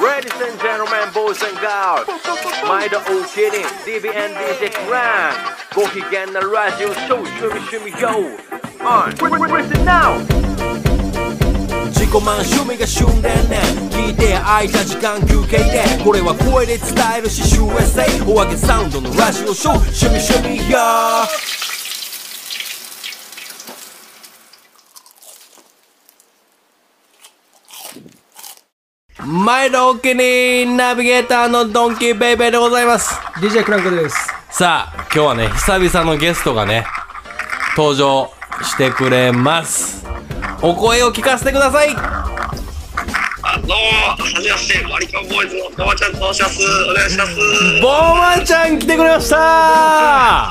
Ladies and gentlemen, boys and girls 毎度お気に DBN DJ クランご機嫌なラジオショー趣味趣味 YO On Listen now 自己満趣味が旬でね聞いて空いた時間休憩でこれは声で伝えるし USA お揚げサウンドのラジオショー趣味趣味や毎度お気にナビゲーターのドンキーベイベーでございます DJ クランクですさあ今日はね久々のゲストがね登場してくれますお声を聞かせてくださいあどうも、はじめまして、マリカンボーイズのドマちゃんと申します。お願いします。ボーマちゃん来てくれました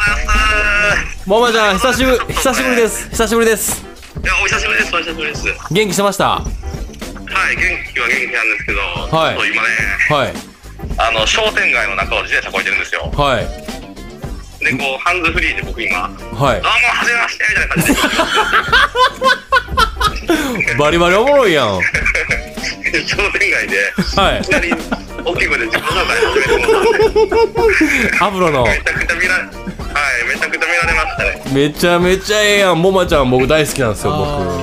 ボーマちゃん久しぶり久しぶりです久しぶりですいや、お久しぶりです。お久しぶりです。は元気してましたい、元気は元気なんですけど、はいちょっと今ね、はいあの商店街の中を自転車こいてるんですよ。はいで、こうハンズフリーで僕今、どうも、ははじめましてみたいな感じでいバリバリおもろいやん商店街で、 はいいきなり大きい声で自己紹介始めてもらって、アブロのめちゃくちゃ見られ、はい、めちゃくちゃ見られましたね。めちゃめちゃええやんボーマちゃん僕大好きなんですよ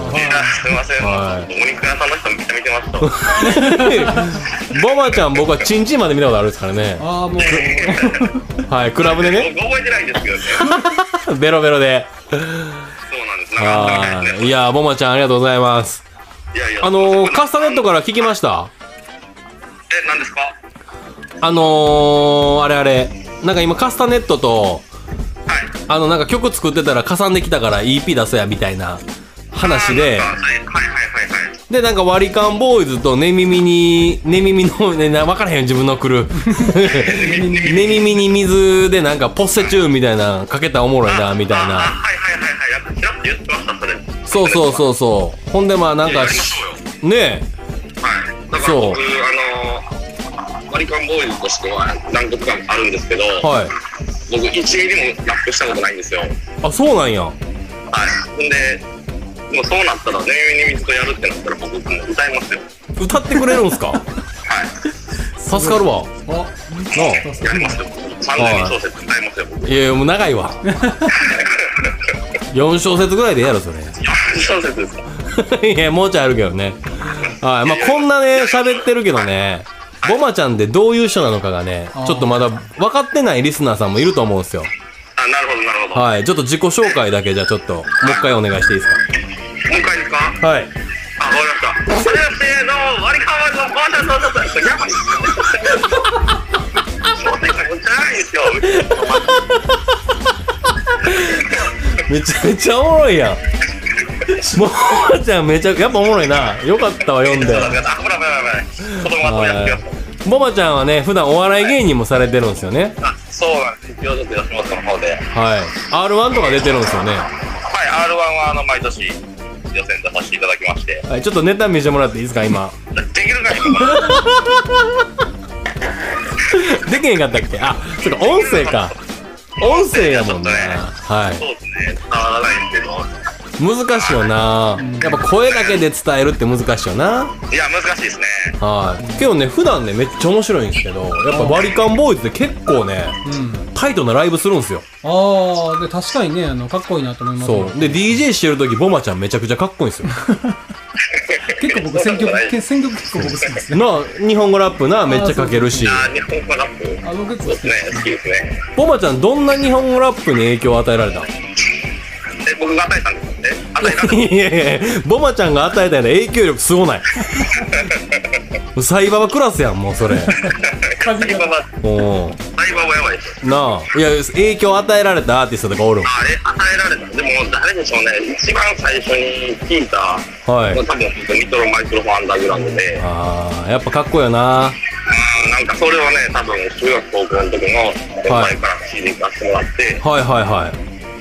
僕いや、 すみません、はいお肉屋さんの人めっちゃ見てます と。 ボーマちゃん僕はチンチンまで見たことあるんですからねああもうはいクラブでね 僕覚えてないんですけどね。ベロベロでそうなんです。なんかあったあみたいですーねいやーボマちゃんありがとうございますいやいやあのー、カスタネットから聞きましたえ、何ですかはい。あのー、あれあれなんか今カスタネットとあのなんか曲作ってたら加算できたから EP 出せやみたいな話であなんかはいはいはいはいはい。でなんか割り勘ボーイズと寝耳に寝耳のねな分からへんよ自分の来る寝耳に水でなんかポッセチューンみたいなかけたらおもろいなみたいああなはいはいはいはい。やっぱちらっと言ってました、それ。そうそうう。そうそうほんでまあなんやかりましょうねよ。はい。だからそう僕、あのー、マリカンボーイズとしては何曲かあるんですけど、えはい僕1ミリもラップしたことないんですよ。はい。あそうなんやほんで、もうそうなったら、全員に水とやるってなったら僕もう歌いますよ。歌ってくれるんすかはい。助かるわなああやりますよ。3000人小説歌いますよ、僕。いやいやもう長い わ4小節ぐらいでええやろそれ 小説ですかいやもうちょいあるけどねはいまあこんなね喋ってるけどねボマちゃんってどういう人なのかがねちょっとまだ分かってないリスナーさんもいると思うんですよあ、なるほどなるほど。もはいちょっと自己紹介だけじゃあちょっともう一回お願いしていいですう一回ですかかはいあ、わかりました。はじめまして、どうも、割り勘はのバーチャルのちょっとやばいっすよ。商店街めっちゃ長いんですよ。めちゃめちゃおもろいやんボマちゃんめちゃやっぱおもろいなよかったわ読んであ、ほら、ほら、ほら、子供はやってください。はいボマちゃんはね普段お笑い芸人もされてるんですよねあ、そうなんです。一応ちょっと吉本の方で。ははい、い R1 とか出てるんですよね R1 はあの、毎年、予選出させていただきまして。はい、ちょっとネタ見せてもらっていいですか、今。できるか今できへんかったっけあ、ちょっと音声か。音声やもんな。ちょっとねはい。そうですね。伝わらないんですけど。難しいよな。やっぱ声だけで伝えるって難しいよな。いや、難しいですね。はい。けどね、普段ね、めっちゃ面白いんですけど、やっぱ割り勘ボーイズって結構ね、タイトなライブするんですよ。あーで確かにねあのかっこいいなと思いますそう。で、DJ してる時ボマちゃんめちゃくちゃかっこいいんですよ。結構僕選曲け選曲結構僕好きですねなあ、日本語ラップな、めっちゃかけるし。あ、日本語ラップ。あ僕結そ構う好ですきね。好きですね。ボマちゃん、どんな日本語ラップに影響を与えられたえ、僕が与えたんですもんね。与えたんです。 いやいやいやボマちゃんが与えたような影響力すごない。サイババクラスやん、もうそれ。サイババ、おーサイババやばいです。なあいや影響を与えられたアーティストとかおるんあれ与えられた。でも、誰でしょうね。一番最初に聞いた、はい多分、ミトロマイクロフォンアンダーグラウンドで、あーやっぱかっこいいよななんかそれをね、多分、中学高校の時の先輩から CD 買ってもらって、はいはいはい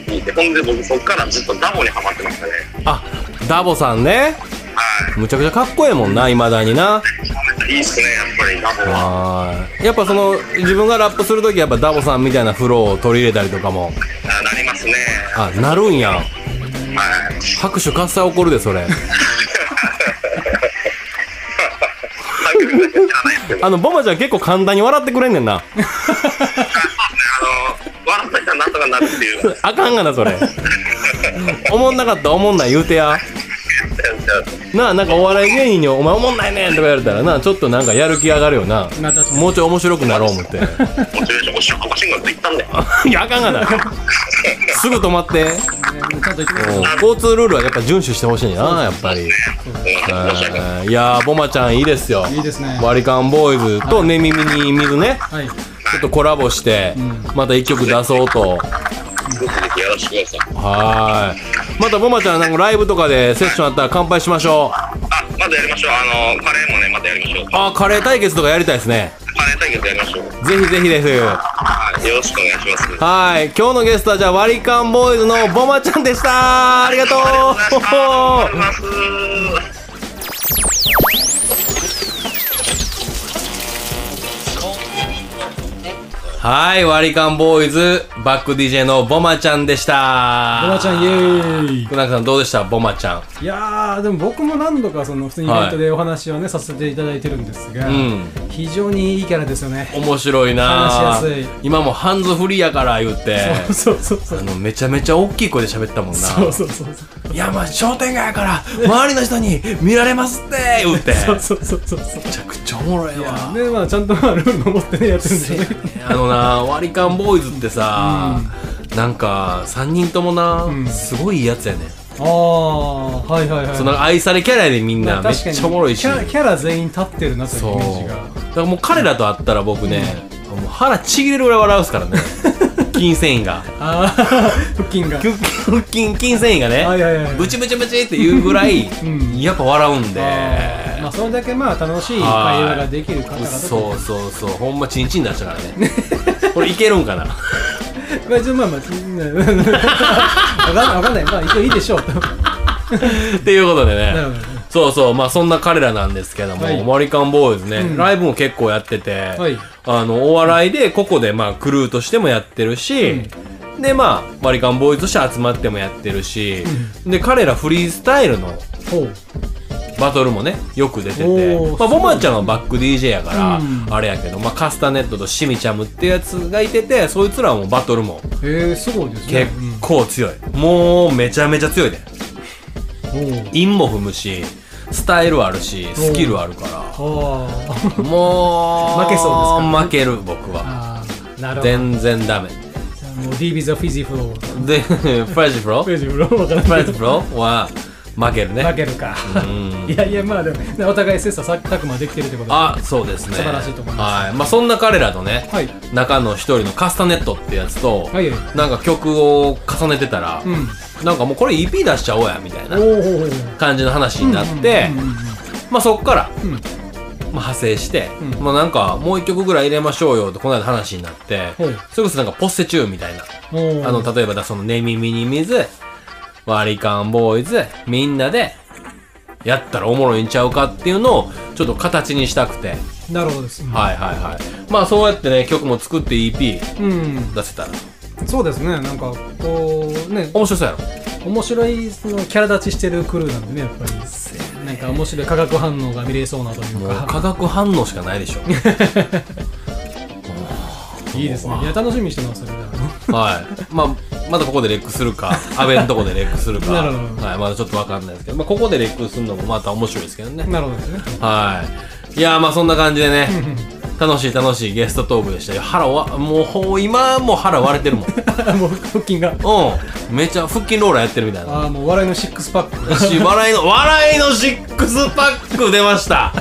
聞いて、ほんで僕そっからずっとダボにハマってましたね。あダボさんねはい。むちゃくちゃかっこええもんないまだになめっちゃいいっすね、やっぱりダボあは。ーやっぱその自分がラップするときやっぱダボさんみたいなフローを取り入れたりとかもあなりますね。あなるんやんはい。拍手喝采起こるでそれサ曲だけ知らないですけど、あの、ボマちゃん結構簡単に笑ってくれんねんな。あの、笑った人はなんとかなるっていう、そうあかんがな、それ。おもんなかった、おもんない言うてや。なあ、なんかお笑い芸人にお前おもんないねんとか言われたらな、ちょっとなんかやる気上がるよな。まあ確かにもうちょい面白くなろう思って。 モチベーション、おしんこ、おしんこって言ったんだよ。いや、あかんがな。すぐ止まって。ねちゃんと言ってくださいうん交通ルールはやっぱ遵守してほしいな、やっぱり。うん申し訳ない。うんいやー、ボマちゃんいいですよ。いいですねバリカンボーイズとね耳に水ね、はいちょっとコラボして、また一曲出そうと。ぜひぜひやらせてください。はーい。またボマちゃん、なんかライブとかでセッションあったら乾杯しましょう。あ、まずやりましょう。あの、カレーもね、またやりましょう。あー、カレー対決とかやりたいですね。カレー対決やりましょう。ぜひぜひです。はい、よろしくお願いします。はい。今日のゲストはじゃあ、ワリカンボーイズのボマちゃんでした。ありがとありう。がとうございます。はい。ワリカンボーイズ、バック DJ のボマちゃんでした。ボマちゃんイエーイ福永さんどうでしたボマちゃん。いやーでも僕も何度かその普通にイベントでお話をね、させていただいてるんですが、ん非常にいいキャラですよね面白いな話しやすい今もハンズフリーやから言って。 そうそうそうあのめちゃめちゃ大きい声で喋ったもんなそうそうそうそういやまあ商店街やから周りの人に見られますって言うてそうそうそうそうそうめちゃくちゃおもろいわでまあちゃんとまあルール守ってねやってるんですよね あのな割り勘ボーイズってさ、なんか3人ともな、んすごいいいやつやねんああはいはいはいその愛されキャラやでみんまな、あめっ確かにちゃおもろいしキャラキャラ全員立ってるなというそうイメージだがからもう彼らと会ったら僕ね、もう腹ちぎれるぐらい笑うっすから ね筋繊維がああ 腹筋が腹筋筋繊維がね、はいはいはいはいブチブチブチっていうぐらい、んやっぱ笑うんであーまあそれだけまあ楽しい会話ができる方々とそうそうそうほんまチンチン出したからねこれいけるんかな まあちょまあまあ うんうんわかんないわかんないまあ一応いいでしょう っていうことでねなるほどそうそうまあそんな彼らなんですけども、はいマリカンボーイズね、うんライブも結構やってて、はいあのお笑いでここでまあクルーとしてもやってるし、でまあマリカンボーイズとして集まってもやってるし、で彼らフリースタイルの ほうバトルもねよく出てておーまあすごボいマちゃんはバック DJ やから、うんあれやけど、まあ、カスタネットとシミチャムってやつがいててそいつらはもうバトルもえー、すごいですね結構強い、もうめちゃめちゃ強いねうん韻も踏むしスタイルあるしスキルある からほうあーもう負けそうですか負ける僕はあーなるほど全然ダメもう DB ザフィジーフローで フラジプロ フフィジーフローわからないラジプロは負けるね負けるか いやいやまあでもねお互い切磋琢磨できてるってことであそうですね素晴らしいと思いますはいまあ、そんな彼らのね、はい中の一人のカスタネットってやつと、はいはいなんか曲を重ねてたら、うんなんかもうこれ EP 出しちゃおうやみたいなおーおー感じの話になって、まあそっから、まあ派生して、うんまあなんかもう一曲ぐらい入れましょうよってこの間話になって、はいそれこそなんかポッセチューみたいな、おーおーあの例えばだその「ねみみに水」「割り勘ボーイズ」みんなでやったらおもろいんちゃうかっていうのをちょっと形にしたくて、なるほどですねはいはいはいまあそうやってね曲も作って EP うん出せたらそうですねなんかこうね面白そうやろ面白いそのキャラ立ちしてるクルーなんでねやっぱりなんか面白い化学反応が見れそうなというもうか化学反応しかないでしょいいですねいや楽しみにしてますそれだはい。まあ、まだここでレックするか、安倍のとこでレックするか。なるほどはい。まだちょっとわかんないですけど、まあ、ここでレックするのもまた面白いですけどね。なるほどですね はい。いやー、まあそんな感じでね、楽しい楽しいゲストトークでしたよ。腹わ、もうほう、今もう腹割れてるもん。もう腹筋がうん。めっちゃ腹筋ローラーやってるみたいな。ああもう笑いのシックスパックがし笑いの、笑いのシックスパック出ました。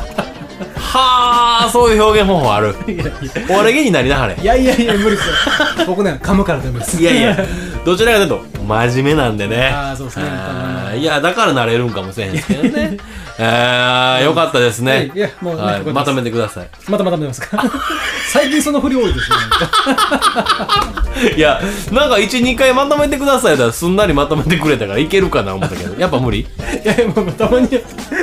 はあ、そういう表現方法ある。お笑い芸人になりなはれい。やいやいや無理ですよ僕ね噛むからダメですいやいや、どちらかというと、真面目なんでね。あーそうですねあーいや、だからなれるんかもしれへんですけど ね。あーよかったですね。いやもうねはいよかったですまとめてください。またまた見ます か最近その振り多いですねいや、なんか1、2回まとめてくださいだらすんなりまとめてくれたからいけるかな思ったけど、やっぱ無理いやいやもうたまに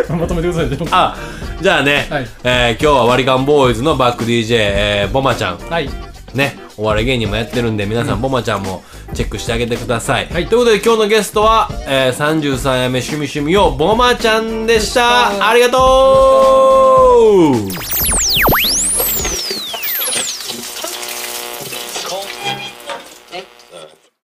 まとめてくださいよあ、じゃあね、はいえー今日は割り勘ボーイズのバック DJ、えーボマちゃん、はいね、お笑い芸人もやってるんで、皆さん、ボマちゃんもチェックしてあげてください。はいということで、今日のゲストは、えー、33夜目趣味趣味をボマちゃんでした。ありがとう